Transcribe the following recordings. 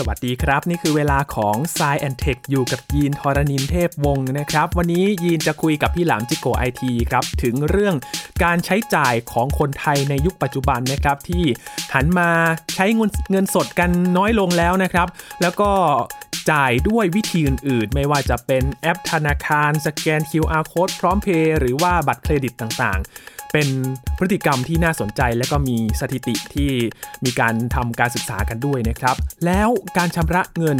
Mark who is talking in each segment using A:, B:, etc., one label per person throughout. A: สวัสดีครับ นี่คือเวลาของ s ซแอนเทคอยู่กับยีนทรณินเทพวงศ์นะครับ วันนี้ยีนจะคุยกับพี่หลามจิโกไอทีครับ ถึงเรื่องการใช้จ่ายของคนไทยในยุคปัจจุบันนะครับ ที่หันมาใช้เงินเงินสดกันน้อยลงแล้วนะครับ แล้วก็จ่ายด้วยวิธีอื่นๆ ไม่ว่าจะเป็นแอปธนาคาร สแกน QR Code พร้อมเพย์หรือว่าบัตรเครดิตต่างๆ เป็นพฤติกรรมที่น่าสนใจและก็มีสถิติที่มีการทำการศึกษากันด้วยนะครับ แล้วการชำระเงิน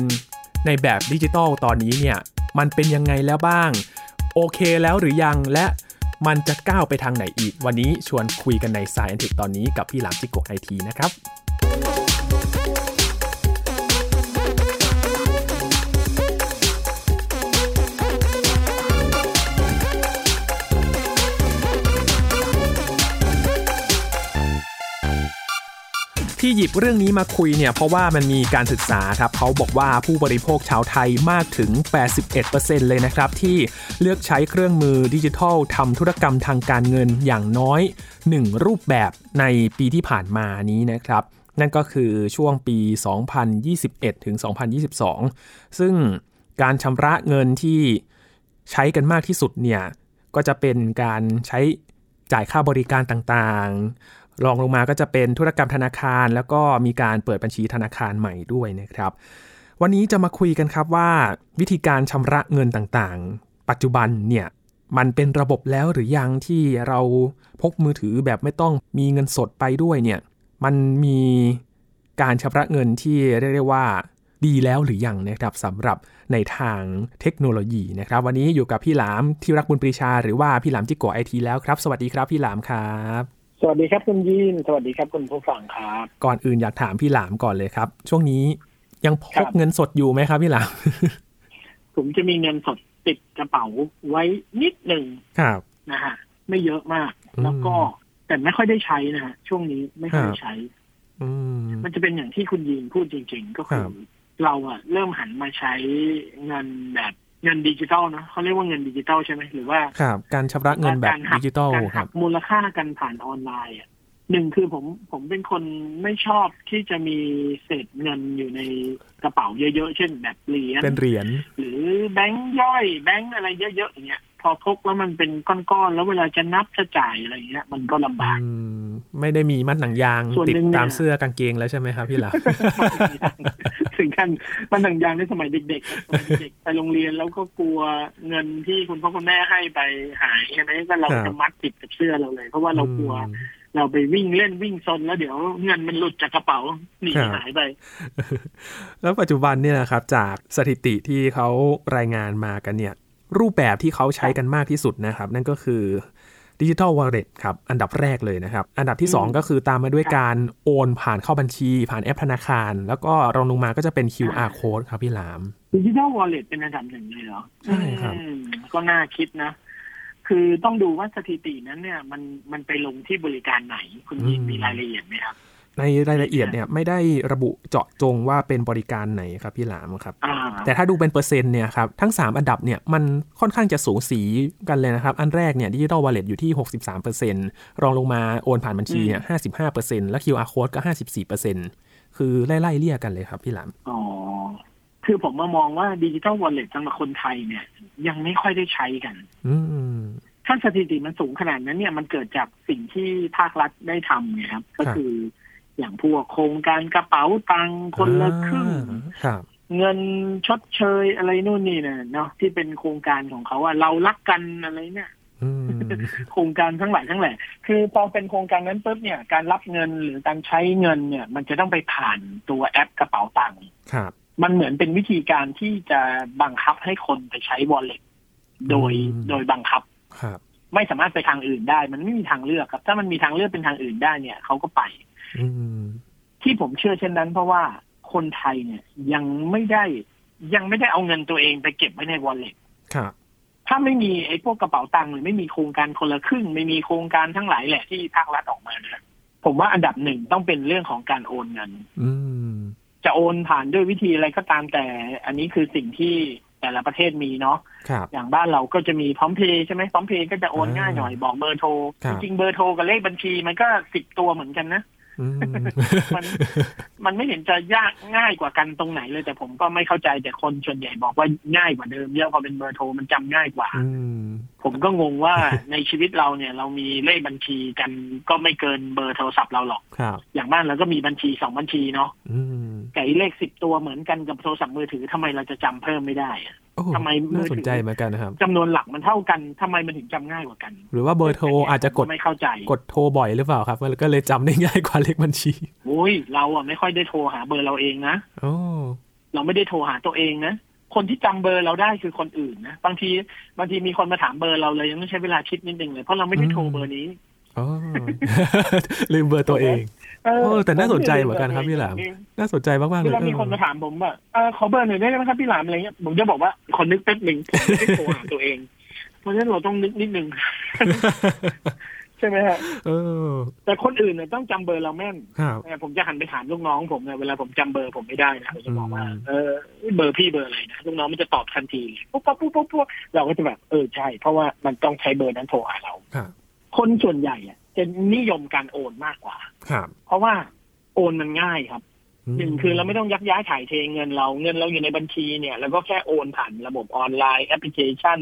A: ในแบบดิจิทัลตอนนี้เนี่ย มันเป็นยังไงแล้วบ้าง โอเคแล้วหรือยังและมันจะก้าวไปทางไหนอีก วันนี้ชวนคุยกันใน s ายแอนเทคตอนนี้กับพี่หลามจิโกไอทีนะครับ ที่หยิบเรื่องนี้มาคุยเนี่ยเพราะว่ามันมีการศึกษาครับเขาบอกว่าผู้บริโภคชาวไทยมากถึง 81%เลยนะครับ ที่เลือกใช้เครื่องมือดิจิทัลทำธุรกรรมทางการเงินอย่างน้อย 1 รูปแบบในปีที่ผ่านมานี้นะครับ นั่นก็คือช่วงปี 2021 ถึง 2022 ซึ่งการชำระเงินที่ใช้กันมากที่สุดเนี่ยก็จะเป็นการใช้จ่ายค่าบริการต่างๆ รองลงมาก็จะเป็นธุรกรรมธนาคาร แล้วก็มีการเปิดบัญชีธนาคารใหม่ด้วยนะครับ วันนี้จะมาคุยกันครับว่า วิธีการชำระเงินต่างๆ ปัจจุบันเนี่ยมันเป็นระบบแล้วหรือยังที่เราพกมือถือแบบไม่ต้องมีเงินสดไปด้วยเนี่ยมันมีการชำระเงินที่เรียกได้ว่าดีแล้วหรือยังนะครับสำหรับในทางเทคโนโลยีนะครับ วันนี้อยู่กับพี่หลามที่รักบุญปรีชา หรือว่าพี่หลามจิกโกไอทีแล้วครับสวัสดีครับพี่หลามครับ
B: สวัสดีครับคุณยีน สวัสดีครับคุณผู้ฟังครับ
A: ก่อนอื่นอยากถามพี่หลามก่อนเลยครับ ช่วงนี้ยังพ
B: ครั
A: ก
B: บ
A: เงินสดอยู่ไหมครับพี่หลาม
B: ผมจะมีเงินสดติดกระเป๋าไว้นิดหนึ่ง
A: ครับ
B: นะฮะไม่เยอะมาก
A: อืม
B: แล้วก็แต่ไม่ค่อยได้ใช้นะฮะช่วงนี้ไม่ค่อย
A: ค
B: ได้
A: รับ
B: ใช้
A: อืม
B: มันจะเป็นอย่างที่คุณยีนพูดจริง ๆ ก็คื
A: ค
B: อ
A: รับ
B: เราอะเริ่มหันมาใช้เงินแบบเงินดิจิตอลนะเขาเรียกว่าเงินดิจิตอลใช่ไหมหรือว่า
A: ครับการชำระเงินแบบ
B: การหัก
A: ดิจิตอล
B: การ
A: ค
B: หั
A: รับ
B: กมูลค่ากันผ่านออนไลน์อะหนึ่งคือผมผมเป็นคนไม่ชอบที่จะมีเศษเงินอยู่ในกระเป๋าเยอะๆเช่นแบบเหรียญ
A: เป็นเหรียญ
B: หรือแบงค์ย่อยแบงค์อะไรเยอะๆอย่างเงี้ยพอพกแล้วมันเป็นก้อนๆ แล้วเวลาจะนับจะจ่ายอะไรเงี้ย มันก็ลำบาก
A: อืมไม่ได้มีมัดหนังยาง
B: ส่วน
A: ติด
B: หนึ่งเนี่ย
A: ตามเสื้อกางเกงแล้วใช่ไหมครับพี่หลาม
B: ถึงขั้นมันต่างอย่างในสมัยเด็กๆสมัยเด็กๆไปโรงเรียนแล้วก็กลัวเงินที่คุณพ่อคุณแม่ให้ไปหายใช่ไหมก็เรา
A: ครับ
B: จะมัดติดกับเสื้อเราเลย เพราะว่าเรากลัวเราไปวิ่งเล่นวิ่งซนแล้วเดี๋ยวเงินมันหลุดจากกระเป๋าหนีหายไป
A: แล้วปัจจุบันเนี่ยนะครับจากสถิติที่เขารายงานมากันเนี่ย รูปแบบที่เขาใช้กันมากที่สุดนะครับ นั่นก็คือดิจิ t a ลวอลเล็ตครับ อันดับแรกเลยนะครับ อันดับที่
B: อืม
A: 2 ก็คือตามมาด้วยการโอนผ่านเข้าบัญชี ผ่านแอปธนาคาร แล้วก็รองลงมาก็จะเป็น QR code ครับพี่หลาม
B: ดิจิทัลวอลเล็ตเป็นอันดับหนึ่งเลยเหรอ
A: ใช่ครับ
B: อืมก็น่าคิดนะ คือต้องดูว่าสถิตินั้นเนี่ย มันมันไปลงที่บริการไหน คุณยินมีรายละเอียดไหมครับ
A: ในรายละเอียดเนี่ยไม่ได้ระบุเจาะจงว่าเป็นบริการไหนครับพี่หลามครับ
B: อ่า
A: แต่ถ้าดูเป็นเปอร์เซ็นต์เนี่ยครับทั้ง 3 อันดับเนี่ยมันค่อนข้างจะสูสีกันเลยนะครับ อันแรกเนี่ยดิจิ t a ลวอลเล็ตอยู่ที่ 63%รองลงมาโอนผ่านบัญชีเนี่ย55%แล้ว QR code ก็ 54%คือไล่ๆเลี่ยกันเลยครับพี่หลาม
B: อ๋อ คือผมมามองว่าดิจิทัลวอลเล็ตสำหรับคนไทยเนี่ย ยังไม่ค่อยได้ใช้กัน
A: อืม
B: ถ้าสถิติมันสูงขนาดนั้นเนี่ยมันเกิดจากสิ่งที่ภาครัฐได้ทำไงครับ ก็
A: ครับ
B: คืออย่างพวกโครงการกระเป๋าตังค์คนละครึ่ง
A: อ่าครับ
B: เงินชดเชยอะไรนู่นนี่เนี่ยเนาะที่เป็นโครงการของเขาอะเรารักกันอะไรเนี่ย
A: อืม
B: โครงการทั้งหลายทั้งแหล่คือพอเป็นโครงการนั้นปุ๊บเนี่ยการรับเงินหรือการใช้เงินเนี่ย มันจะต้องไปผ่านตัวแอปกระเป๋าตังค์
A: ครับ
B: มันเหมือนเป็นวิธีการที่จะบังคับให้คนไปใช้วอลเล็ตโดย
A: อืม
B: โดยบังคับ
A: ครับ
B: ไม่สามารถไปทางอื่นได้ มันไม่มีทางเลือกครับ ถ้ามันมีทางเลือกเป็นทางอื่นได้เนี่ยเขาก็ไป
A: อืม
B: ที่ผมเชื่อเช่นนั้น เพราะว่าคนไทยเนี่ยยังไม่ได้ยังไม่ได้เอาเงินตัวเองไปเก็บไว้ในวอลเล็ต
A: ครับ
B: ถ้าไม่มีไอ้พวกกระเป๋าตังค์หรือไม่มีโครงการคนละครึ่ง ไม่มีโครงการทั้งหลายแหละที่ภาครัฐออกมาเนี่ยผมว่าอันดับหนึ่งต้องเป็นเรื่องของการโอนเงิน
A: อืม
B: จะโอนผ่านด้วยวิธีอะไรก็ตามแต่ อันนี้คือสิ่งที่แต่ละประเทศมีเนาะ
A: ครับ
B: อย่างบ้านเราก็จะมีพร้อมเพย์ใช่ไหมพร้อมเพย์ก็จะโอนง่ายหน่อยบอกเบอร์โทร
A: ครับ
B: จริงๆเบอร์โทรกับเลขบัญชีมันก็สิบตัวเหมือนกันนะ
A: อืม
B: มัน มันไม่เห็นจะยากง่ายกว่ากันตรงไหนเลยแต่ผมก็ไม่เข้าใจแต่คนส่วนใหญ่บอกว่าง่ายกว่าเดิมเยอะพอเป็นเบอร์โทรมันจำง่ายกว่า
A: อืม
B: ผมก็งงว่า ในชีวิตเราเนี่ย เรามีเลขบัญชีกันก็ไม่เกินเบอร์โทรศัพท์เราหรอก
A: ครับ
B: อย่างบ้านเราก็มีบัญชีสองบัญชีเนาะ
A: อืม
B: แต่ไอ้เลขสิบตัวเหมือนกันกับโทรศัพท์มือถือทำไมเราจะจำเพิ่มไม่ได้อะ
A: โอ้
B: ทำไมมื
A: น่า
B: อถือ
A: สนใจเหมือนกันนะครับ
B: จำนวนหลักมันเท่ากันทำไมมันถึงจำง่ายกว่ากัน
A: หรือว่าเบอร์โทรอาจจะกด
B: ไม่เข้าใจ
A: กดโทรบ่อยหรือเปล่าครับ มันก็เลยจำได้ง่ายกว่าเลขบัญชี
B: โอ้ยเราอ่ะไม่ค่อยได้โทรหาเบอร์เราเองนะ
A: โอ้
B: เราไม่ได้โทรหาตัวเองนะ คนที่จำเบอร์เราได้คือคนอื่นนะ บางทีบางทีมีคนมาถามเบอร์เราเลยยังต้องใช้เวลาคิดนิดนึงเลย เพราะเราไม่ได้โทรเบอร์นี้
A: โอ้ ลืมเบอร์ตัวเอง
B: เอ
A: โอ้แต่น่าสนใจเหมือนกันครับพี่หลาม น่าสนใจมากๆเล
B: เวย ลามีคนมาถามผมว่าเออขอเบอร์หน่อยได้ไหมครับพี่หลามอะไรเงี้ยผมจะบอกว่าขอนึกแป๊บหนึ่งผมไม่ได้โทรหาตัวเอง เพราะฉะนั้นเราต้องนึกนิดนึง ใช่ไหมฮะ
A: เออ
B: แต่คนอื่นเนี่ยต้องจำเบอร์เราแม่น
A: ครับ
B: เออผมจะหันไปถามลูกน้องผมเนี่ยเวลาผมจำเบอร์ผมไม่ได้นะผมจะบอกว่า
A: อืม
B: เออเบอร์พี่เบอร์อะไรนะลูกน้องมันจะตอบทันทีเลยปุ๊บปั๊บปุ๊บปุ๊บปุ๊บเราก็จะแบบเออใช่ เพราะว่ามันต้องใช้เบอร์นั้นโทรหาเรา
A: ครับ
B: คนส่วนใหญ่อะจะนิยมการโอนมากกว่า
A: ครับ
B: เพราะว่าโอนมันง่ายครับ
A: อืม
B: หนึ่งคือเราไม่ต้องยักย้ายถ่ายเทเงินเราเงินเราอยู่ในบัญชีเนี่ยแล้วก็แค่โอนผ่านระบบออนไลน์แอปพลิเคชัน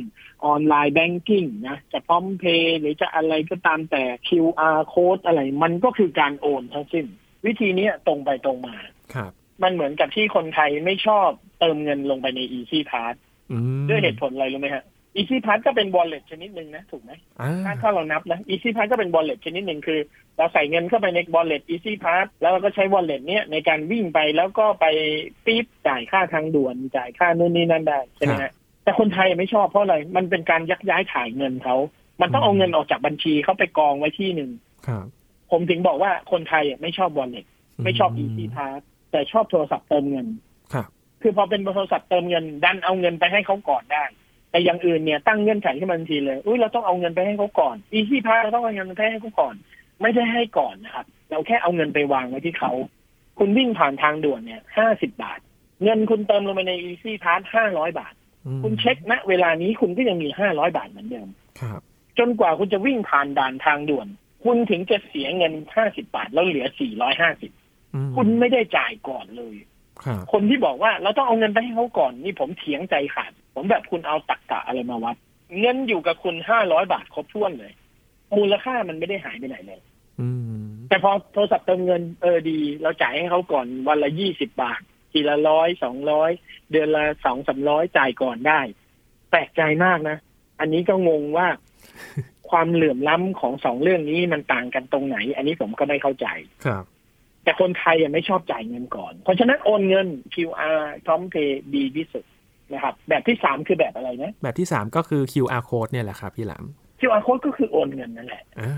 B: ออนไลน์แบงกิ้งนะจะพร้อมเพย์หรือจะอะไรก็ตามแต่ QR code อะไร มันก็คือการโอนทั้งสิ้น วิธีเนี้ยตรงไปตรงมา
A: ครับ
B: มันเหมือนกับที่คนไทยไม่ชอบเติมเงินลงไปใน Easy Pass
A: อืม
B: ด้วยเหตุผลอะไรรู้ไหมฮะ Easy Pass ก็เป็น wallet ชนิดหนึ่งนะ ถูกไหม
A: อ่า
B: ถ้าถ้าเรานับนะ Easy Pass ก็เป็น wallet ชนิดหนึ่งคือ เราใส่เงินเข้าไปใน wallet Easy Pass แล้วเราก็ใช้ wallet เนี้ยในการวิ่งไปแล้วก็ไปปี๊บจ่ายค่าทางด่วนจ่ายค่านู่นนี่นั่นได้ใช่ไหมฮะแต่คนไทยไม่ชอบเพราะอะไรมันเป็นการยักย้ายถ่ายเงินเขามันต้องเอาเงินออกจากบัญชีเขาไปกองไว้ที่หนึ่ง
A: ครับ
B: ผมถึงบอกว่าคนไทยอะไม่ชอบ wallet ไม่ชอบ Easy Pass แต่ชอบโทรศัพท์เติมเงิน
A: ครับ
B: คือพอเป็นโทรศัพท์เติมเงิน ดันเอาเงินไปให้เขาก่อนได้ แต่อย่างอื่นเนี่ยตั้งเงื่อนไขขึ้นมาทันทีเลยอุ้ยเราต้องเอาเงินไปให้เขาก่อน Easy Pass เราต้องเอาเงินไปให้เขาก่อน ไม่ได้ให้ก่อนนะครับ เราแค่เอาเงินไปวางไว้ที่เขา คุณวิ่งผ่านทางด่วนเนี่ยห้าสิบบาท เงินคุณเติมลงไปใน Easy Pass ห้าร้อยบาท
A: อืม
B: คุณเช็คณเวลานี้คุณก็ยังมีห้าร้อยบาทเหมือนเดิม
A: ครับ
B: จนกว่าคุณจะวิ่งผ่านด่านทางด่วน คุณถึงจะเสียเงินห้าสิบบาทแล้วเหลือสี่ร้อยห้าสิบ
A: อืม
B: คุณไม่ได้จ่ายก่อนเลย
A: ครับ
B: คนที่บอกว่าเราต้องเอาเงินไปให้เขาก่อน นี่ผมเถียงใจขาด ผมแบบคุณเอาตักกะอะไรมาวัด เงินอยู่กับคุณห้าร้อยบาทครบถ้วนเลย มูลค่ามันไม่ได้หายไปไหนเลย
A: อืม
B: แต่พอโทรศัพท์เติมเงินเออดี เราจ่ายให้เขาก่อนวันละยี่สิบาท ทีละร้อยสองร้อยเดือนละสองสามร้อยจ่ายก่อนได้ แปลกใจมากนะ อันนี้ก็งงว่า ความเหลื่อมล้ำของสองเรื่องนี้มันต่างกันตรงไหน อันนี้ผมก็ไม่เข้าใจ
A: ครับ
B: แต่คนไทยยังไม่ชอบจ่ายเงินก่อน เพราะฉะนั้นโอนเงิน QR พร้อมเพย์ดีที่สุดนะครับ แบบที่สามคือแบบอะไรนะ
A: แบบที่สามก็คือ QR code เนี่ยแหละครับพี่หลาม
B: QR code ก็คือโอนเงินนั่นแหละ
A: อ่า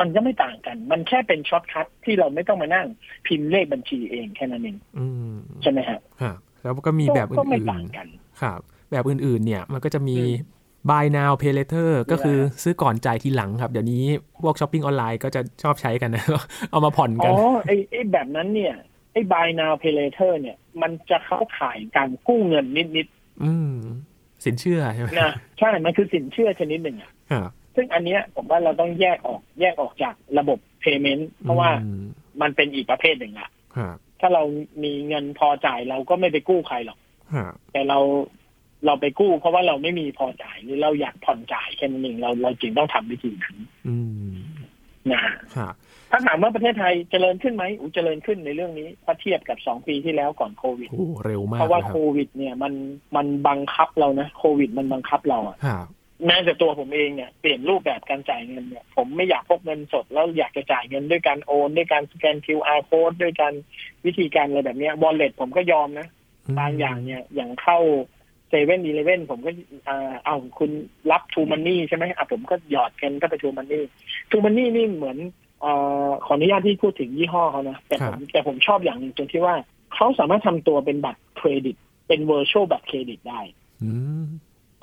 B: มันก็ไม่ต่างกัน มันแค่เป็นช็อตคัทที่เราไม่ต้องมานั่งพิมพ์เลขบัญชีเองแค่นั้นเอง
A: อืม
B: ใช่ไหมฮะ
A: ครับแล้วก็มีแบบอ
B: ก็ไม่
A: ื่
B: ต่าง
A: น
B: กัน
A: ๆครับ แบบอื่นๆ เนี่ยมันก็จะมี
B: อื
A: buy now pay later ก็คือ
B: มีอะไร
A: ซื้อก่อนจ่ายทีหลังครับ เดี๋ยวนี้พวกช้อปปิ้งออนไลน์ก็จะชอบใช้กันนะ เอามาผ่อน
B: อ๋
A: กั
B: อน ไอไอแบบนั้นเนี่ยไอ้ buy now pay later เนี่ย มันจะเข้าข่ายการกู้เงินนิด
A: อืม สินเชื่อใช่ไหม
B: ๆนะใช่มันคือสินเชื่อชนิดหนึ่งอะ
A: ครับ
B: ซึ่งอันเนี้ยผมว่าเราต้องแยกออกแยกออกจากระบบ payment เพราะว่า
A: อืม
B: มันเป็นอีกประเภทหนึ่งละ
A: ครับ
B: ถ้าเรามีเงินพอจ่ายเราก็ไม่ไปกู้ใครหรอก
A: ครับ
B: แต่เราเราไปกู้ เพราะว่าเราไม่มีพอจ่ายหรือเราอยากผ่อนจ่ายแค่นั้นเองเราเราจึงต้องทำวิธีนั้น
A: อืม
B: นะครับถ้าถามว่าประเทศไทยเจริญขึ้นไหมอูเจริญขึ้นในเรื่องนี้ถ้าเทียบกับสองปีที่แล้วก่อนโควิด
A: โอ้เร็วมาก
B: เพราะว่า
A: นะค
B: โครับ วิด เนี่ยมันมันบังคับเรานะโควิด มันบังคับเราอะ
A: ครับ
B: แม้แต่ตัวผมเองเนี่ยเปลี่ยนรูปแบบการจ่ายเงินเนี่ยผมไม่อยากพกเงินสดแล้วอยากจะจ่ายเงินด้วยการโอน ด้วยการสแกน QR code ด้วยการวิธีการอะไรแบบเนี้ยวอลเล็ตผมก็ยอมนะ
A: ม
B: บางอย่างเนี่ยอย่างเข้าเซเว่นอีเลเว่นผมก็เอ่อเอาคุณรับทูมันนี่ใช่ไหมอ่ะผมก็หยอดเงินก็ไปทูมันนี่ทูมันนี่นี่เหมือนเอ่อขออนุญาตที่พูดถึงยี่ห้อเขานะแต่ผมแต่ผมชอบอย่างหนึ่งตรงที่ว่าเขาสามารถทำตัวเป็นบัตรเครดิต เป็นเวอร์ชวลบัตรเครดิตได้
A: อืม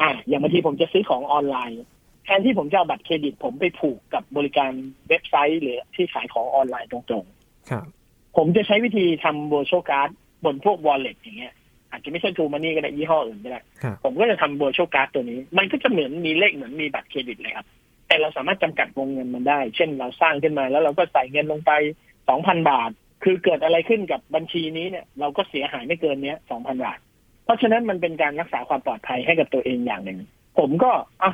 B: อ่ะอย่างบางทีผมจะซื้อของออนไลน์ แทนที่ผมจะเอาบัตรเครดิต ผมไปผูกกับบริการเว็บไซต์หรือที่ขายของออนไลน์ตรงๆ
A: ครับ
B: ผมจะใช้วิธีทำ virtual card บนพวก wallet อย่างเงี้ย อาจจะไม่ใช่ True Money ก็ได้ยี่ห้ออื่นก็ได้
A: ครับ
B: ผมก็จะทำ virtual card ตัวนี้ มันก็จะเหมือนมีเลขเหมือนมีบัตรเครดิตเลยครับ แต่เราสามารถจำกัดวงเงินมันได้ เช่นเราสร้างขึ้นมาแล้วเราก็ใส่เงินลงไป สองพันบาท คือเกิดอะไรขึ้นกับบัญชีนี้เนี่ย เราก็เสียหายไม่เกินเนี้ยสองพันบาท เพราะฉะนั้นมันเป็นการรักษาความปลอดภัยให้กับตัวเองอย่างหนึ่ง ผมก็อ่ะ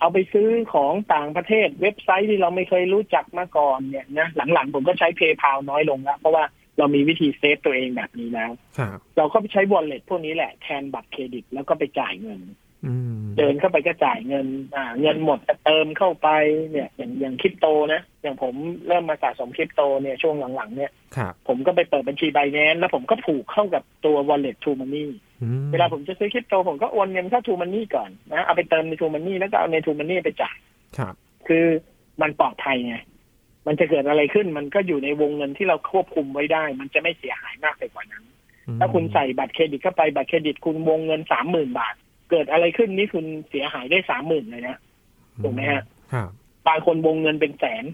B: เอาไปซื้อของต่างประเทศเว็บไซต์ที่เราไม่เคยรู้จักมาก่อนเนี่ยนะหลังๆ ผมก็ใช้เพย์พาน้อยลงแล้วเพราะว่าเรามีวิธีเซฟตัวเองแบบนี้แล้ว
A: ฮะ
B: เราก็ไปใช้วอลเล็ตพวกนี้แหละแทนบัตรเครดิตแล้วก็ไปจ่ายเงิน
A: อืม
B: เดินเข้าไปก็จ่ายเงิน อ่า เงินหมดก็เติมเข้าไปเนี่ย อย่างอย่างคริปโตนะ อย่างผมเริ่มมาสะสมคริปโตเนี่ยช่วงหลังๆ เนี่ย
A: ครับ
B: ผมก็ไปเปิดบัญชีไบแนนแล้วผมก็ผูกเข้ากับตัว wallet to money
A: อืม
B: เวลาผมจะซื้อคริปโตผมก็โอนเงินเข้า to money ก่อนนะเอาไปเติมใน to money แล้วก็เอาใน to money ไปจ่าย
A: ครับ
B: คือมันปลอดภัยไง มันจะเกิดอะไรขึ้นมันก็อยู่ในวงเงินที่เราควบคุมไว้ได้ มันจะไม่เสียหายมากไปกว่านั้น
A: อืม
B: ถ้าคุณใส่บัตรเครดิตเข้าไปบัตรเครดิตคุณวงเงินสามหมื่นบาท เกิดอะไรขึ้นนี่คุณเสียหายได้สามหมื่นเลยนะ ถูกไหมฮะ
A: ครับ
B: บางคนวงเงินเป็นแสน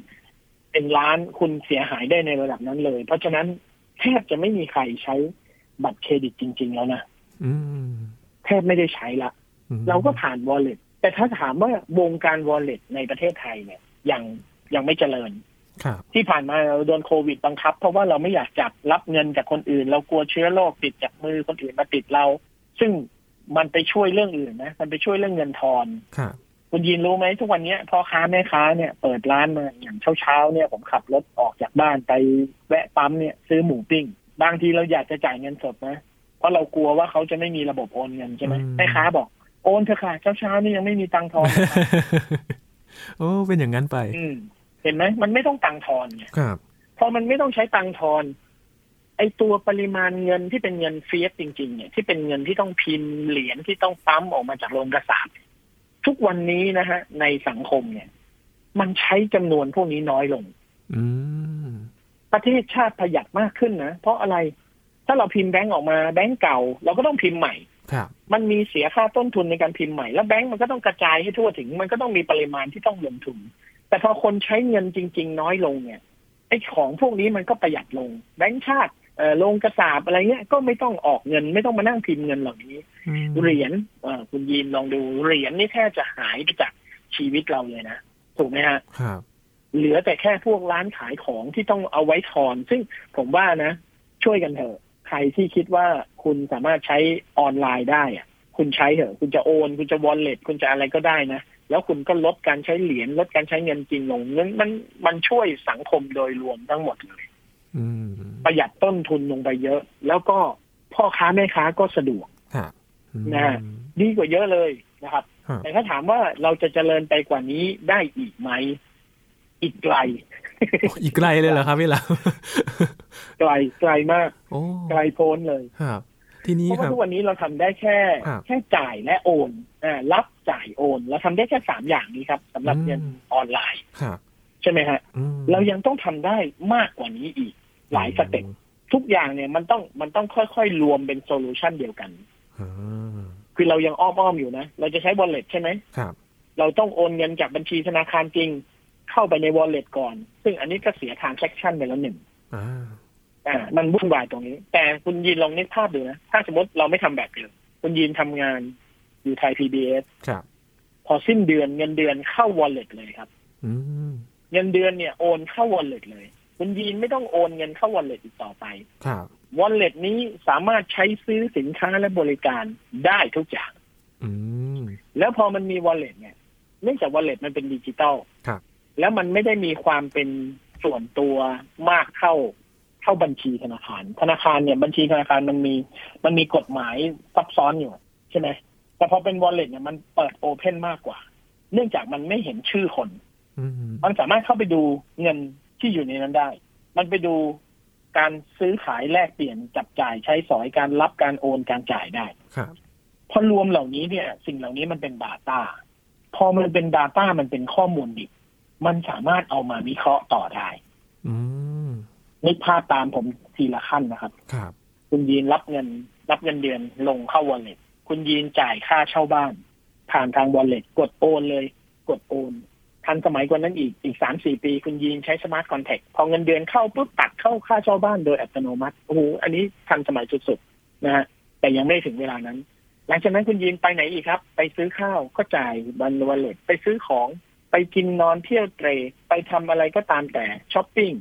B: เป็นล้านคุณเสียหายได้ในระดับนั้นเลย เพราะฉะนั้นแทบจะไม่มีใครใช้บัตรเครดิตจริง ๆ แล้วนะ
A: อืม
B: แทบไม่ได้ใช้ละ
A: อืม
B: เราก็ผ่าน wallet แต่ถ้าถามว่าวงการ wallet ในประเทศไทยเนี่ยยังยังไม่เจริญ
A: ครับ
B: ที่ผ่านมาเราโดนโควิดบังคับ เพราะว่าเราไม่อยากจับรับเงินจากคนอื่น เรากลัวเชื้อโรคติดจากมือคนอื่นมาติดเรา ซึ่งมันไปช่วยเรื่องอื่นนะ มันไปช่วยเรื่องเงินทอน
A: ครับ
B: คุณยินรู้ไหมทุกวันเนี้ยพ่อค้าแม่ค้าเนี่ยเปิดร้านมาอย่างเช้าๆเนี่ยผมขับรถออกจากบ้านไปแวะปั๊มเนี่ยซื้อหมูปิ้ง บางทีเราอยากจะจ่ายเงินสดนะเพราะเรากลัวว่าเขาจะไม่มีระบบโอนเงินใช่ไหมแม่ค้าบอกโอนเถอะค่ะเช้าๆนี่ยังไม่มีตังค์ทอนนะคะ
A: โอ้เป็นอย่างนั้นไป
B: อืมเห็นไหมมันไม่ต้องตังค์ทอนไง
A: ครับ
B: พอมันไม่ต้องใช้ตังค์ทอน ไอตัวปริมาณเงินที่เป็นเงินเฟียสจริง ๆ เนี่ยที่เป็นเงินที่ต้องพิมพ์เหรียญที่ต้องปั๊มออกมาจากโรงกระสาบทุกวันนี้นะฮะ ในสังคมเนี่ย มันใช้จำนวนพวกนี้น้อยลง
A: อืม
B: ประเทศชาติประหยัดมากขึ้นนะ เพราะอะไร ถ้าเราพิมพ์แบงก์ออกมาแบงก์เก่า เราก็ต้องพิมพ์ใหม่
A: ครับ
B: มันมีเสียค่าต้นทุนในการพิมพ์ใหม่ แล้วแบงก์มันก็ต้องกระจายให้ทั่วถึง มันก็ต้องมีปริมาณที่ต้องลงทุน แต่พอคนใช้เงินจริง ๆ น้อยลงเนี่ยไอ้ของพวกนี้มันก็ประหยัดลง แบงก์ชาติเอ่อลงกระสาบอะไรเงี้ยก็ไม่ต้องออกเงิน ไม่ต้องมานั่งพิมพ์เงินเหล่านี้
A: อืม
B: เหรียญเอ่อคุณยีนลองดูเหรียญนี่แทบจะหายไปจากชีวิตเราเลยนะถูกไหมฮะ
A: ครับ
B: เหลือแต่แค่พวกร้านขายของที่ต้องเอาไว้ทอน ซึ่งผมว่านะ ช่วยกันเถอะ ใครที่คิดว่าคุณสามารถใช้ออนไลน์ได้อะคุณใช้เถอะ คุณจะโอน คุณจะวอลเล็ตคุณจะอะไรก็ได้นะ แล้วคุณก็ลดการใช้เหรียญลดการใช้เงินจริงลงนั้นมันมันช่วยสังคมโดยรวมทั้งหมดเลย
A: อืม
B: ประหยัดต้นทุนลงไปเยอะ แล้วก็พ่อค้าแม่ค้าก็สะดวก
A: ครับอืม
B: นะฮะ ดีกว่าเยอะเลยนะครับ
A: ครับ
B: แต่ถ้าถามว่าเราจะเจริญไปกว่านี้ได้อีกไหมอีกไกล
A: โอ้อีกไกลเลยเหรอครับพี่เรา
B: ไกลไกลมาก
A: โอ้
B: ไกลโพ้นเลย
A: ครับ ทีนี้
B: เพราะ
A: ค
B: ว่า
A: รับ
B: ทุกวันนี้เราทำได้แค่
A: ครับ
B: แค่จ่ายและโอนอ่ารับจ่ายโอน เราทำได้แค่สามอย่างนี้ครับสำหรับเงินออนไลน์
A: ครับ
B: ใช่ไหมฮะ
A: อืม
B: เรายังต้องทำได้มากกว่านี้อีก หลายสเต็ปทุกอย่างเนี่ยมันต้องมันต้องค่อยๆ รวมเป็นโซลูชันเดียวกัน
A: อ่า
B: คือเรายังอ้อมๆอยู่นะ เราจะใช้ wallet ใช่ไหม
A: ครับ
B: เราต้องโอนเงินจากบัญชีธนาคารจริง เข้าไปใน wallet ก่อน ซึ่งอันนี้ก็เสีย transaction ไปแล้วหนึ่ง
A: อ่า
B: อ่ามันวุ่นวายตรงนี้ แต่คุณยีนลองนึกภาพดูนะ ถ้าสมมติเราไม่ทำแบบเดิมคุณยีนทำงานอยู่ไทย PBS
A: ครับ
B: พอสิ้นเดือนเงินเดือนเข้า wallet เลยครับ
A: อืม
B: เงินเดือนเนี่ยโอนเข้า wallet เลย คุณยีนไม่ต้องโอนเงินเข้า wallet อีกต่อไป
A: ครับ
B: wallet นี้สามารถใช้ซื้อสินค้าและบริการได้ทุกอย่าง
A: อืม
B: แล้วพอมันมี wallet เนี่ยเนื่องจาก wallet มันเป็นดิจิตอล
A: ครับ
B: แล้วมันไม่ได้มีความเป็นส่วนตัวมากเท่าเท่าบัญชีธนาคาร ธนาคารเนี่ยบัญชีธนาคารมันมี มันมีกฎหมายซับซ้อนอยู่ใช่ไหมแต่พอเป็น wallet เนี่ยมันเปิดโอเพนมากกว่า เนื่องจากมันไม่เห็นชื่อคน
A: อืม
B: มันสามารถเข้าไปดูเงินที่อยู่ในนั้นได้ มันไปดูการซื้อขายแลกเปลี่ยนจับจ่ายใช้สอยการรับการโอนการจ่ายได้
A: ครับ
B: พอรวมเหล่านี้เนี่ย สิ่งเหล่านี้มันเป็น Data พอมันเป็น Data มันเป็นข้อมูลดิบมันสามารถเอามาวิเคราะห์ต่อได้
A: อืม
B: นึกภาพตามผมทีละขั้นนะครับ
A: ครับ
B: คุณยีนรับเงิน รับเงินเดือนลงเข้าวอลเล็ตคุณยีนจ่ายค่าเช่าบ้าน ผ่านทางวอลเล็ตกดโอนเลย กดโอนทันสมัยกว่านั้นอีกอีกสามสี่ปี คุณยีนใช้สมาร์ทคอนแทคพอเงินเดือนเข้าปุ๊บตัดเข้าค่าเช่าบ้านโดยอัตโนมัติโอ้โหอันนี้ทันสมัยสุดๆนะฮะแต่ยังไม่ถึงเวลานั้น หลังจากนั้นคุณยีนไปไหนอีกครับ ไปซื้อข้าวก็จ่ายบันวอลเล็ตไปซื้อของ ไปกินนอนเที่ยวเตรไปทำอะไรก็ตามแต่ช้อปปิ้ง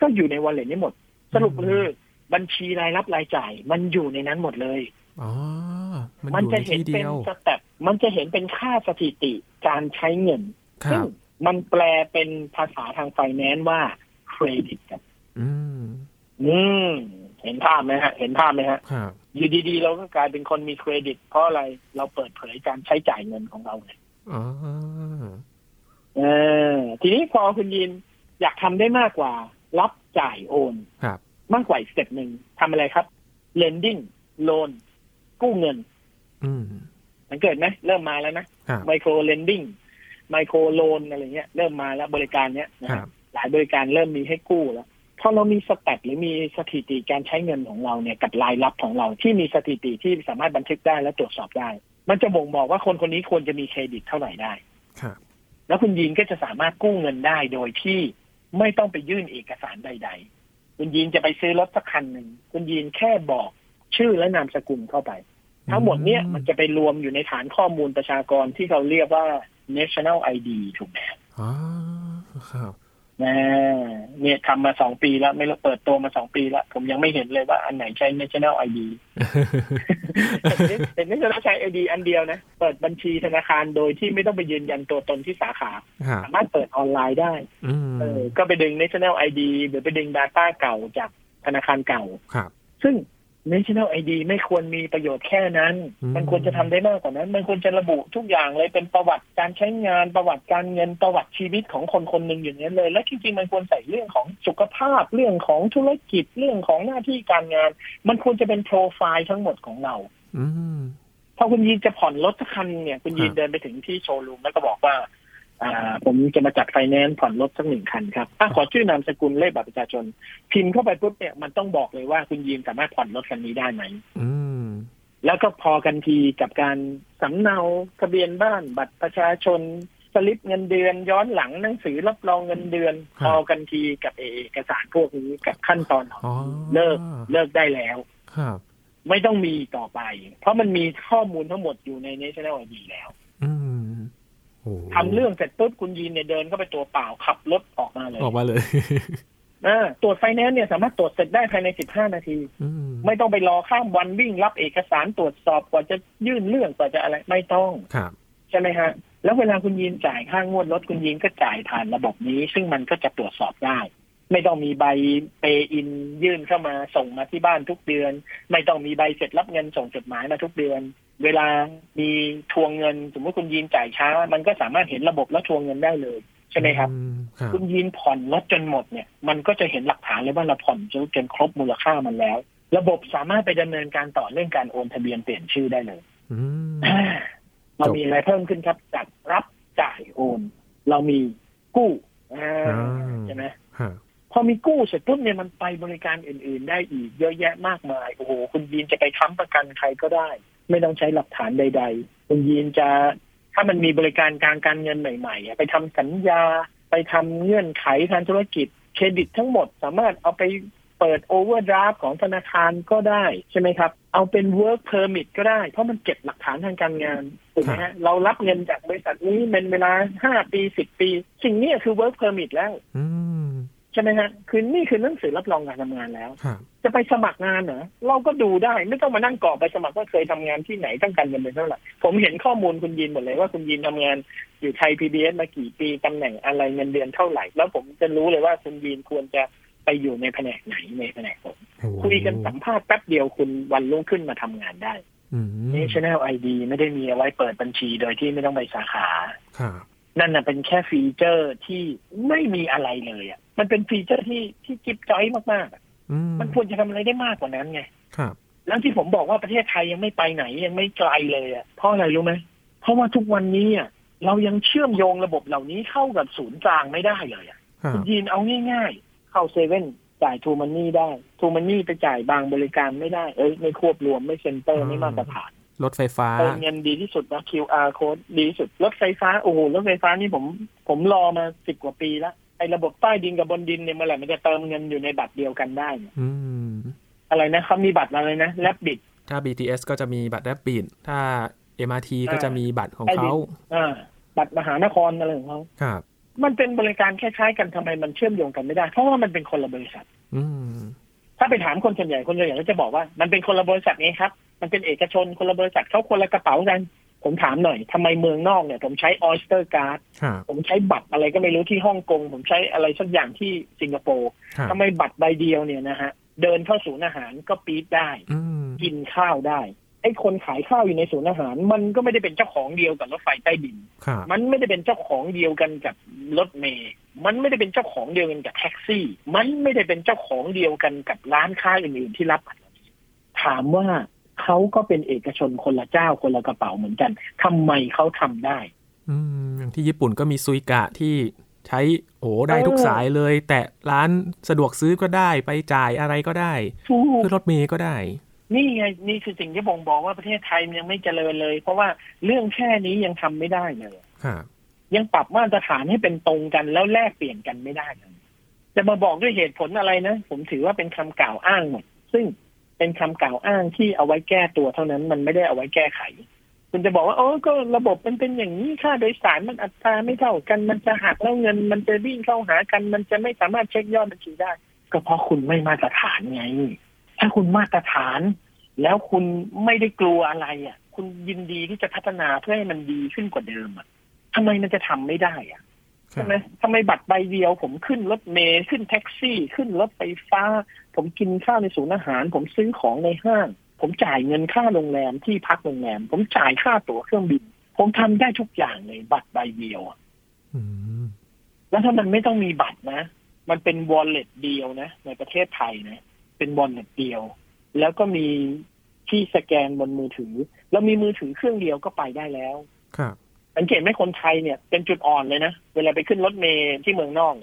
B: ก็อยู่ในวอลเล็ตนี้หมด สรุปคือบัญชีรายรับรายจ่าย มันอยู่ในนั้นหมดเลย
A: อ๋อ มัน
B: มัน
A: อยู่ใน
B: จะเห็น
A: ที่
B: เป็
A: เดี
B: น
A: ยว
B: สเต็ปมันจะเห็นเป็นค่าสถิติการใช้เงิน
A: ครั
B: ซึ่ง
A: บ
B: มันแปลเป็นภาษาทางไฟแนนซ์ว่าเครดิตครับ
A: อืม
B: อืม เห็นภาพไหมฮะ เห็นภาพไหมฮะ
A: ครับ
B: อยู่ดีๆ เราก็กลายเป็นคนมีเครดิต เพราะอะไร เราเปิดเผยการใช้จ่ายเงินของเราไง
A: อ๋อ
B: เออ ทีนี้พอคุณยินอยากทำได้มากกว่า รับจ่ายโอน
A: ครับ
B: มากกว่าอีกสเต็ปหนึ่งทำอะไรครับ lending โลน กู้เงิน
A: อืม
B: สังเกตไหมเริ่มมาแล้วนะ
A: ครับ
B: ไมโครเลนดิ้งไมโครโลนอะไรเงี้ย เริ่มมาแล้วบริการเนี้ยนะ
A: ค
B: ค
A: รั
B: รับบ หลายบริการเริ่มมีให้กู้แล้วพอเรามีสแตทหรือมีสถิติการใช้เงินของเราเนี่ยกับรายรับของเราที่มีสถิติที่สามารถบันทึกได้และตรวจสอบได้ มันจะบ่งบอกว่าคนคนนี้ควรจะมีเครดิตเท่าไหร่ได้
A: ครับ
B: แล้วคุณยีนก็จะสามารถกู้เงินได้โดยที่ไม่ต้องไปยื่นเอกสารใด ๆ คุณยีนจะไปซื้อรถสักคันหนึ่งคุณยีนแค่บอกชื่อและนามสกุลเข้าไป ทั้งหมดเนี้ยมันจะไปรวมอยู่ในฐานข้อมูลประชากรที่เราเรียกว่า national ID ถูกไหม
A: อ๋อ ครับ
B: นะเนี่ยทำมาสองปีแล้วไม่รู้เปิดตัวมาสองปีแล้ว ผมยังไม่เห็นเลยว่าอันไหนใช้ national ID แต่ national ID อันเดียวนะ เปิดบัญชีธนาคารโดยที่ไม่ต้องไปยืนยันตัวตนที่สาขา
A: ครับ
B: สามารถเปิดออนไลน์ได้
A: อืม
B: เออก็ไปดึง national ID หรือไปดึง data เก่าจากธนาคารเก่า
A: ครับ
B: ซึ่ง national ID ไม่ควรมีประโยชน์แค่นั้น
A: อืม
B: มันควรจะทำได้มากกว่านั้น มันควรจะระบุทุกอย่างเลยเป็นประวัติการใช้งานประวัติการเงินประวัติชีวิตของคนคนหนึ่งอย่างนี้นเลย และจริงๆ มันควรใส่เรื่องของสุขภาพเรื่องของธุรกิจเรื่องของหน้าที่การงาน มันควรจะเป็นโปรไฟล์ทั้งหมดของเรา
A: อืม
B: พอคุณยีนจะผ่อนรถสักคันเนี่ย คุณยี
A: ค
B: น
A: รับ
B: เดินไปถึงที่โชว์รูมแล้วก็บอกว่า อ่า ผมจะมาจัดไฟแนนซ์ผ่อนรถสักหนึ่งคันครับอ่ะขอชื่อนามสกุลเลขบัตรประชาชน พิมพ์เข้าไปปุ๊บเนี่ยมันต้องบอกเลยว่าคุณยีนสามารถผ่อนรถคันนี้ได้ไหม
A: อืม
B: แล้วก็พอกันทีกับการสำเนาทะเบียนบ้านบัตรประชาชน สลิปเงินเดือน ย้อนหลังหนังสือรับรองเงินเดือน
A: ครับ
B: พอกันทีกับเอกสารพวกนี้กับขั้นตอนของ
A: อ๋อ
B: เลิกเลิกได้แล้ว
A: ครับ
B: ไม่ต้องมีอีกต่อไป เพราะมันมีข้อมูลทั้งหมดอยู่ใน National ID แล้ว
A: อืมโโห
B: ทำเรื่องเสร็จปุ๊บคุณยีนเนี่ยเดินเข้าไปตัวเปล่าขับรถออกมาเลย
A: ออกมาเลย
B: เออตรวจไฟแนนซ์เนี่ยสามารถตรวจเสร็จได้ภายใน 15 นาที
A: อืม
B: ไม่ต้องไปรอข้ามวันวิ่งรับเอกสารตรวจสอบกว่าจะยื่นเรื่องกว่าจะอะไรไม่ต้อง
A: ครับ
B: ใช่ไหมฮะ แล้วเวลาคุณยีนจ่ายค่างวดรถคุณยีนก็จ่ายผ่านระบบนี้ ซึ่งมันก็จะตรวจสอบได้ ไม่ต้องมีใบเปอินยื่นเข้ามาส่งมาที่บ้านทุกเดือน ไม่ต้องมีใบเสร็จรับเงินส่งจดหมายมาทุกเดือน เวลามีทวงเงิน สมมติคุณยีนจ่ายช้า มันก็สามารถเห็นระบบแล้วทวงเงินได้เลย ใช่ไหมครับ
A: อืมครับ
B: คุณยีนผ่อนรถจนหมดเนี่ย มันก็จะเห็นหลักฐานเลยว่าเราผ่อนจนครบมูลค่ามันแล้ว ระบบสามารถไปดำเนินการต่อเรื่องการโอนทะเบียนเปลี่ยนชื่อได้เลย
A: อืม
B: เรา
A: จบ
B: มีอะไรเพิ่มขึ้นครับ จากรับจ่ายโอน เรามีกู้อ่าใช่ไหม
A: ครับ
B: พอมีกู้เสร็จปุ๊บเนี่ยมันไปบริการอื่น ๆ ได้อีกเยอะแยะมากมายโอ้โหคุณยีนจะไปค้ำประกันใครก็ได้ ไม่ต้องใช้หลักฐานใด ๆ คุณยีนจะ ถ้ามันมีบริการการการเงินใหม่ๆอ่ะไปทำสัญญา ไปทำเงื่อนไขทางธุรกิจ เครดิตทั้งหมดสามารถเอาไปเปิดโอเวอร์ดราฟของธนาคารก็ได้ใช่ไหมครับ เอาเป็นเวิร์กเพอร์มิก็ได้ เพราะมันเก็บหลักฐานทางการงานถูกไหม
A: ครับ
B: ฮะเรารับเงินจากบริษัทนี้เป็นเวลาห้าปีสิบปี สิ่งเนี้ยคือเวิร์กเพอร์มิแล้ว
A: อืม
B: ใช่ไหมฮะคือนี่คือหนังสือรับรองการทำงานแล้ว
A: ครับ
B: จะไปสมัครงานเหรอเราก็ดูได้ไม่ต้องมานั่งกรอกไปสมัครว่าเคยทำงานที่ไหนต้องการเงินเดือนเท่าไหร่ผมเห็นข้อมูลคุณยินหมดเลยว่าคุณยินทำงานอยู่ไทยพีบีเอสมากี่ปีตำแหน่งอะไรเงินเดือนเท่าไหร่ แล้วผมจะรู้เลยว่าคุณยินควรจะไปอยู่ในแผนกไหนในแผนกผม
A: โอ้โห
B: คุยกันสัมภาษณ์แป๊บเดียวคุณวันรุ่งขึ้นมาทำงานได้
A: อืม
B: National ID ไม่ได้มีเอาไว้เปิดบัญชีโดยที่ไม่ต้องไปสาขา
A: ครับ
B: นั่นน่ะเป็นแค่ฟีเจอร์ที่ไม่มีอะไรเลยอ่ะมันเป็นฟีเจอร์ที่ที่จิ๊บจ้อยมากๆอะ
A: อืม
B: มันควรจะทำอะไรได้มากกว่านั้นไง
A: ครับ
B: แล้วที่ผมบอกว่าประเทศไทยยังไม่ไปไหนยังไม่ไกลเลยอ่ะเพราะอะไรรู้ไหมเพราะว่าทุกวันนี้อ่ะเรายังเชื่อมโยงระบบเหล่านี้เข้ากับศูนย์กลางไม่ได้เลยอ่ะ
A: ครั
B: คุณ
A: บ
B: ยีนเอาง่ายๆ เข้าเซเว่นจ่ายทูมันนี่ได้ทูมันนี่ไปจ่ายบางบริการไม่ได้เอ้ยไม่ควบรวมไม่เซ็นเตอร์ไม่มาตรฐาน
A: รถไฟฟ้า
B: เติมเงินดีที่สุดนะ QR code ดีที่สุดรถไฟฟ้าโอ้โหรถไฟฟ้านี่ผม ผมรอมาสิบกว่าปีละไอ้ระบบใต้ดินกับบนดินเนี่ยเมื่อไหร่มันจะเติมเงินอยู่ในบัตรเดียวกันได้เนี่ย
A: อืม
B: อะไรนะเขามีบัตรอะไรนะแลบบิ
A: ถ้า BTS ก็จะมีบัตรแรบบิดถ้า MRT ก็จะมีบัตรของ
B: ใต้ดิน
A: เขา
B: อ่าบัตรมหานครอะไรของเขา
A: ครับ
B: มันเป็นบริการคล้ายๆกันทำไมมันเชื่อมโยงกันไม่ได้ เพราะว่ามันเป็นคนละบริษัท
A: อืม
B: ถ้าไปถามคนส่วนใหญ่คนส่วนใหญ่ก็จะบอกว่า มันเป็นคนละบริษัทนี้ครับ มันเป็นเอกชนคนละบริษัทเขาคนละกระเป๋ากัน ผมถามหน่อยทำไมเมืองนอกเนี่ย ผมใช้ออสเตอร์การ์ด
A: ครับ
B: ผมใช้บัตรอะไรก็ไม่รู้ที่ฮ่องกงผมใช้อะไรสักอย่างที่สิงคโปร์
A: ครับ
B: ทำไมบัตรใบเดียวเนี่ยนะฮะเดินเข้าศูนย์อาหารก็ปี๊ดได้
A: อืม
B: กินข้าวได้ไอ้คนขายข้าวอยู่ในศูนย์อาหาร มันก็ไม่ได้เป็นเจ้าของเดียวกับรถไฟใต้ดิน
A: ครับ
B: มันไม่ได้เป็นเจ้าของเดียวกันกับรถเมย์มันไม่ได้เป็นเจ้าของเดียวกันกับแท็กซี่ มันไม่ได้เป็นเจ้าของเดียวกันกับร้านค้าอื่นๆที่รับบัตรเหล่านี้ถามว่าเขาก็เป็นเอกชนคนละเจ้าคนละกระเป๋าเหมือนกันทำไมเขาทำได้
A: อืมอย่างที่ญี่ปุ่นก็มีซุยกะที่ใช้โอ้ได้ทุก
B: เออ
A: สายเลย แต่ร้านสะดวกซื้อก็ได้ไปจ่ายอะไรก็ได้
B: ถูก
A: ขึ้นรถเมล์ก็ได้
B: นี่ไงนี่คือสิ่งที่บ่งบอกว่าประเทศไทยมันยังไม่เจริญเลย เพราะว่าเรื่องแค่นี้ยังทำไม่ได้เลย
A: ครับ
B: ยังปรับมาตรฐานให้เป็นตรงกันแล้วแลกเปลี่ยนกันไม่ได้เลยจะมาบอกด้วยเหตุผลอะไรนะ ผมถือว่าเป็นคำกล่าวอ้างหมดซึ่งเป็นคำกล่าวอ้างที่เอาไว้แก้ตัวเท่านั้นมันไม่ได้เอาไว้แก้ไข คุณจะบอกว่าโอ้ก็ระบบมันเป็นอย่างนี้ค่าโดยสารมันอัตราไม่เท่ากัน มันจะหักแล้วเงิน มันจะวิ่งเข้าหากัน มันจะไม่สามารถเช็คยอดบัญชีได้ ก็เพราะคุณไม่มาตรฐานไง ถ้าคุณมาตรฐาน แล้วคุณไม่ได้กลัวอะไรอ่ะ คุณยินดีที่จะพัฒนาเพื่อให้มันดีขึ้นกว่าเดิมอ่ะทำไมมันจะทำไม่ได้อ่ะ
A: ครั
B: ใช่
A: บ
B: ไหมทำไมบัตรใบเดียวผมขึ้นรถเมล์ขึ้นแท็กซี่ขึ้นรถไฟฟ้า ผมกินข้าวในศูนย์อาหาร ผมซื้อของในห้าง ผมจ่ายเงินค่าโรงแรมที่พักโรงแรม ผมจ่ายค่าตั๋วเครื่องบิน ผมทำได้ทุกอย่างเลยบัตรใบเดียวอะ
A: อืม
B: แล้วถ้ามันไม่ต้องมีบัตรนะ มันเป็นวอลเล็ตเดียวนะ ในประเทศไทยนะ เป็นวอลเล็ตเดียว แล้วก็มีที่สแกนบนมือถือ แล้วมีมือถือเครื่องเดียวก็ไปได้แล้ว
A: ครับ
B: สังเกตไหมคนไทยเนี่ยเป็นจุดอ่อนเลยนะ เวลาไปขึ้นรถเมล์ที่เมืองนอก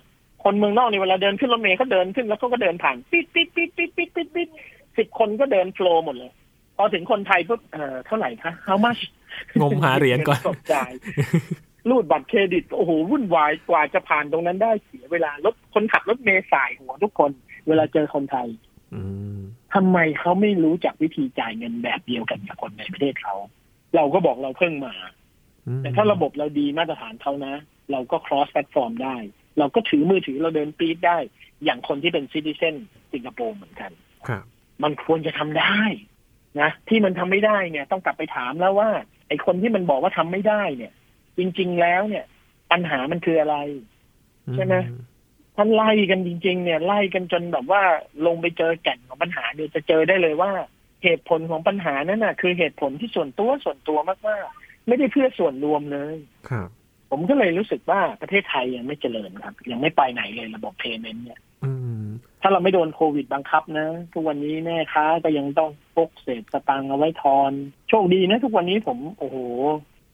B: คนเมืองนอกเนี่ยเวลาเดินขึ้นรถเมล์เขาเดินขึ้นแล้วเขาก็เดินผ่านปิดปิดปิดปิดปิดปิดปิดสิบคนก็เดินโฟลว์หมดเลย พอถึงคนไทยปุ๊บเอ่อเท่าไหร่คะ how much
A: งมหาเหรียญก่อน
B: สดจ่ายรูดบัตรเครดิต โอ้โห วุ่นวายกว่าจะผ่านตรงนั้นได้เสียเวลารถคนขับรถเมล์สายหัวทุกคน เวลาเจอคนไทย
A: อืม
B: ทำไมเขาไม่รู้จักวิธีจ่ายเงินแบบเดียวกันกับคนในประเทศเขาเราก็บอกเราเพิ่งมา
A: อืม
B: แต่ถ้าระบบเราดีมาตรฐานเขานะ เราก็ cross platform ได้ เราก็ถือมือถือเราเดินปี๊ดได้ อย่างคนที่เป็นซิติเซนสิงคโปร์เหมือนกัน
A: ครับ
B: มันควรจะทำได้นะที่มันทำไม่ได้เนี่ย ต้องกลับไปถามแล้วว่า ไอ้คนที่มันบอกว่าทำไม่ได้เนี่ย จริง ๆ แล้วเนี่ย ปัญหามันคืออะไร ใช่ไหม ถ้าไล่กันจริง ๆ เนี่ยไล่กันจนแบบว่าลงไปเจอแก่นของปัญหาเนี่ยจะเจอได้เลยว่า เหตุผลของปัญหานั้นน่ะ คือเหตุผลที่ส่วนตัวส่วนตัวมากๆไม่ได้เพื่อส่วนรวมเลย
A: ครับ
B: ผมก็เลยรู้สึกว่าประเทศไทยยังไม่เจริญครับ ยังไม่ไปไหนเลยระบบเพย์เมนต์เนี่ย
A: อืม
B: ถ้าเราไม่โดนโควิดบังคับนะ ทุกวันนี้แม่ค้าก็ยังต้องพกเศษสตังค์เอาไว้ทอน โชคดีนะ ทุกวันนี้ผมโอ้โห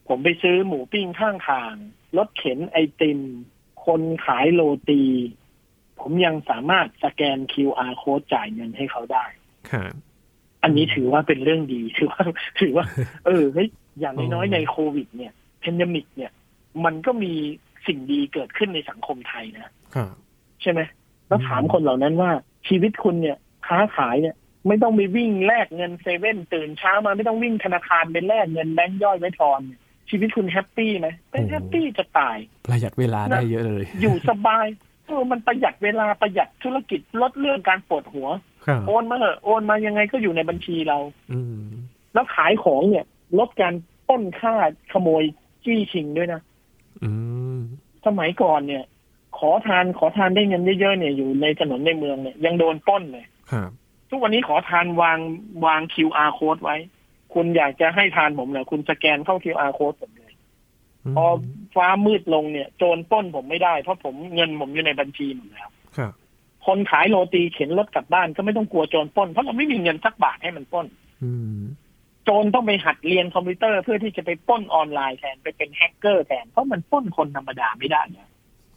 B: ผมไปซื้อหมูปิ้งข้างทางรถเข็นไอติม คนขายโรตี ผมยังสามารถสแกน QR code จ่ายเงินให้เขาได้
A: ครับ
B: อันนี้ถือว่าเป็นเรื่องดีถือว่าถือว่า เออเฮ้ยอย่างน้อยๆในโควิด เนี่ยเพนดมิกเนี่ย มันก็มีสิ่งดีเกิดขึ้นในสังคมไทยนะ
A: ครับ
B: ใช่ไหมแล้วถามคนเหล่านั้นว่าชีวิตคุณเนี่ยค้าขายเนี่ย ไม่ต้องไปวิ่งแลกเงินเซเว่นตื่นเช้ามาไม่ต้องวิ่งธนาคารไปแลกเงินแบงค์ย่อยไว้ทอนเนี่ยชีวิตคุณแฮปปี้ไหมเป็น
A: โอ้โห
B: แฮปปี้จะตาย
A: ประหยัดเวลาได้เยอะเลย
B: อยู่สบายเออมันประหยัดเวลาประหยัดธุรกิจลดเรื่องการปวดหัว
A: ครับ
B: โอนมาเถอะโอนมายังไงก็อยู่ในบัญชีเรา
A: อืม
B: แล้วขายของเนี่ยลดการปล้นค่าขโมยจี้ชิงด้วยนะ
A: อืม
B: สมัยก่อนเนี่ย ขอทานขอทานได้เงินเยอะๆเนี่ยอยู่ในถนนในเมืองเนี่ยยังโดนปล้นเลย
A: ครับ
B: ทุกวันนี้ขอทานวางวาง QR code ไว้ คุณอยากจะให้ทานผมเหรอคุณสแกนเข้า QR code ผมเลย
A: ม
B: พอฟ้ามืดลงเนี่ยโจรปล้นผมไม่ได้ เพราะผมเงินผมอยู่ในบัญชีหมดแล้ว
A: ครับ
B: คนขายโรตีเข็นรถกลับบ้านก็ไม่ต้องกลัวโจรปล้นเพราะเราไม่มีเงินสักบาทให้มันปล้น
A: อืม
B: โจรต้องไปหัดเรียนคอมพิวเตอร์เพื่อที่จะไปปล้นออนไลน์แทนไปเป็นแฮกเกอร์แทน เพราะมันปล้นคนธรรมดาไม่ได้นะ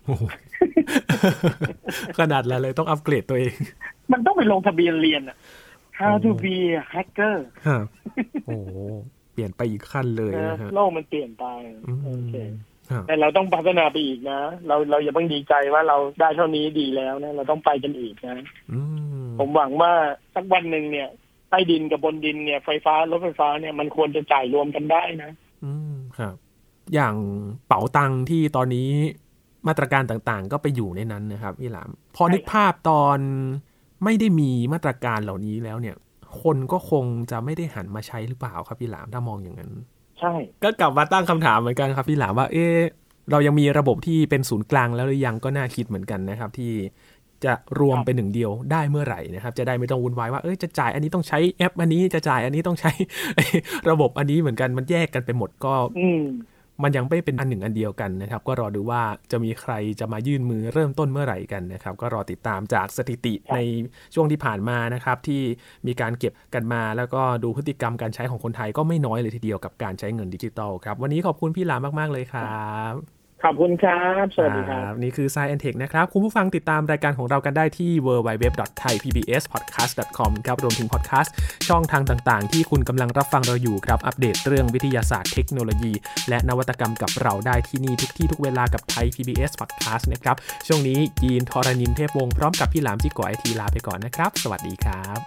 A: โอ้โห ขนาดแล้วเลยต้องอัปเกรดตัวเอง
B: มันต้องไปลงทะเบียนเรียนอะ How to be a hacker
A: ครับโอ้โหเปลี่ยนไปอีกขั้นเลย
B: นะ
A: นะฮะ
B: โลกมันเปลี่ยนไป
A: อื
B: โอเค
A: มครับ
B: แต่เราต้องพัฒนาไปอีกนะ เราเราอย่าเพิ่งดีใจว่าเราได้เท่านี้ดีแล้วนะ เราต้องไปกันอีกนะ
A: อืม
B: ผมหวังว่าสักวันหนึ่งเนี่ยใต้ดินกับบนดินเนี่ยไฟฟ้ารถไฟฟ้าเนี่ยมันควรจะจ่ายรวมกันได้นะ
A: อืมครับ อย่างเป๋าตังที่ตอนนี้ มาตรการต่างๆ ก็ไปอยู่ในนั้นนะครับพี่หลาม พอนึกภาพตอนไม่ได้มีมาตรการเหล่านี้แล้วเนี่ย คนก็คงจะไม่ได้หันมาใช้หรือเปล่าครับพี่หลามถ้ามองอย่างนั้น
B: ใช่
A: ก็กลับมาตั้งคำถามเหมือนกันครับพี่หลามว่า เอ๊ะเรายังมีระบบที่เป็นศูนย์กลางแล้วหรือยังก็น่าคิดเหมือนกันนะครับ ที่จะรวมเป็นหนึ่งเดียวได้เมื่อไหร่นะครับ จะได้ไม่ต้องวุ่นวายว่าเอ้ยจะจ่ายอันนี้ต้องใช้แอป อันนี้จะจ่ายอันนี้ต้องใช้ ระบบอันนี้เหมือนกันมันแยกกันไปหมดก็
B: อืม
A: มันยังไม่เป็นอันหนึ่งอันเดียวกันนะครับ ก็รอดูว่าจะมีใครจะมายื่นมือเริ่มต้นเมื่อไหร่กันนะครับ ก็รอติดตามจากสถิติ
B: ครับ
A: ในช่วงที่ผ่านมานะครับ ที่มีการเก็บกันมา แล้วก็ดูพฤติกรรมการใช้ของคนไทยก็ไม่น้อยเลยทีเดียวกับการใช้เงินดิจิตอลครับ วันนี้ขอบคุณพี่หลามาก ๆ เลยครับ
B: ขอบคุณครับ สวัสดีครับ
A: บนี่คือ s ซแอนเทคนะครับ คุณผู้ฟังติดตามรายการของเรากันได้ที่ www.thaipbspodcast.com ครับรวมถึงพอดแคสต์ช่องทางต่างๆ ที่คุณกำลังรับฟังเราอยู่ครับอัปเดตเรื่องวิทยาศาสตร์เทคโนโลยี และนวัตกรรมกับเราได้ที่นี่ทุกที่ทุกเวลากับไทย PBS Podcast นะครับ ช่วงนี้ยีนทอรานินเทพวงศ์พร้อมกับพี่หลามจิกโกไอทีลาไปก่อนนะครับ สวัสดีครับ